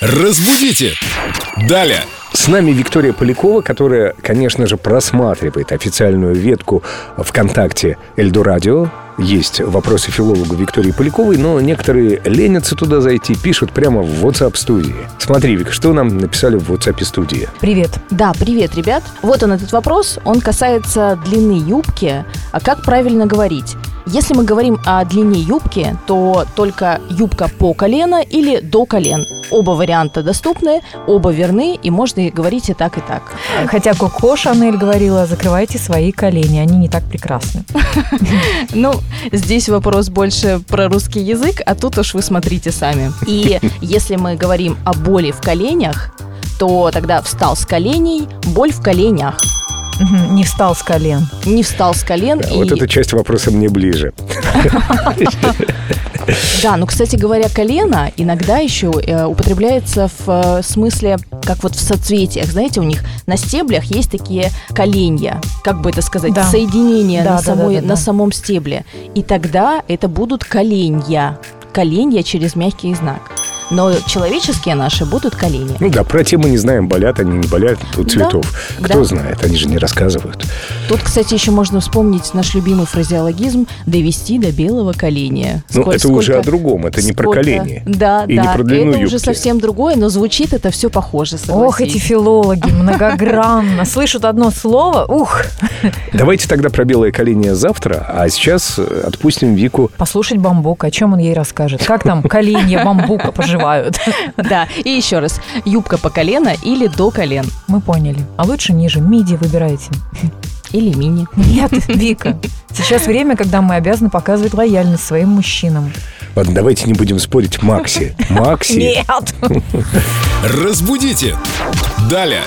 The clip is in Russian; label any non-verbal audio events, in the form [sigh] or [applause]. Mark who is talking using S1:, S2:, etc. S1: Разбудите! Далее!
S2: С нами Виктория Полякова, которая, конечно же, просматривает официальную ветку ВКонтакте Эльдорадио. Есть вопросы филологу Виктории Поляковой, но некоторые ленятся туда зайти, пишут прямо в WhatsApp-студии. Смотри, Вик, что нам написали в WhatsApp-студии?
S3: Привет.
S4: Да, привет, ребят. Вот он этот вопрос. Он касается длины юбки. А как правильно говорить? Если мы говорим о длине юбки, то только юбка по колено или до колен. Оба варианта доступны, оба верны, и можно и говорить и так, и так.
S3: Хотя Коко Шанель говорила, закрывайте свои колени, они не так прекрасны.
S4: Ну, здесь вопрос больше про русский язык, а тут уж вы смотрите сами. И если мы говорим о боли в коленях, то тогда встал с коленей, боль в коленях.
S3: Мгм, Не встал с колен.
S4: Не встал с колен
S2: Да,
S4: и...
S2: А Вот эта часть вопроса мне ближе.
S4: Да, ну, кстати говоря, колено иногда еще э, употребляется в э, смысле, как вот в соцветиях. Знаете, у них на стеблях есть такие коленья, как бы это сказать,
S3: Да.
S4: соединения
S3: Да,
S4: на,
S3: да,
S4: самой-
S3: да, да,
S4: на
S3: да.
S4: самом стебле. И тогда это будут коленья. Коленья через мягкий знак. Но человеческие наши будут колени.
S2: Ну да, про темы не знаем, болят они, не болят у цветов. Кто
S4: да.
S2: знает, они же не рассказывают.
S4: Тут, кстати, еще можно вспомнить наш любимый фразеологизм «довести до белого коленя».
S2: Ну,
S4: Сколь-
S2: это уже
S4: сколько-
S2: о другом, это не про
S4: сколько-
S2: колени.
S4: Да,
S2: И
S4: да.
S2: не про длину
S4: это
S2: юбки.
S4: уже совсем другое, но звучит это все похоже,
S3: Ох, эти
S4: согласись.
S3: филологи многогранно. Слышат одно слово, ух,
S2: Давайте тогда про белое колени завтра, а сейчас э, отпустим Вику.
S3: послушать бамбука, о чем он ей расскажет. Как там коленья бамбука поживают? [laughs]
S4: Да, и еще раз. Юбка по колено или до колен.
S3: Мы поняли. А лучше ниже, миди выбирайте.
S4: Или мини.
S3: Нет, Вика. Сейчас время, когда мы обязаны показывать лояльность своим мужчинам.
S2: Ладно, давайте не будем спорить. Макси. Макси.
S3: Нет!
S1: Разбудите! Далее!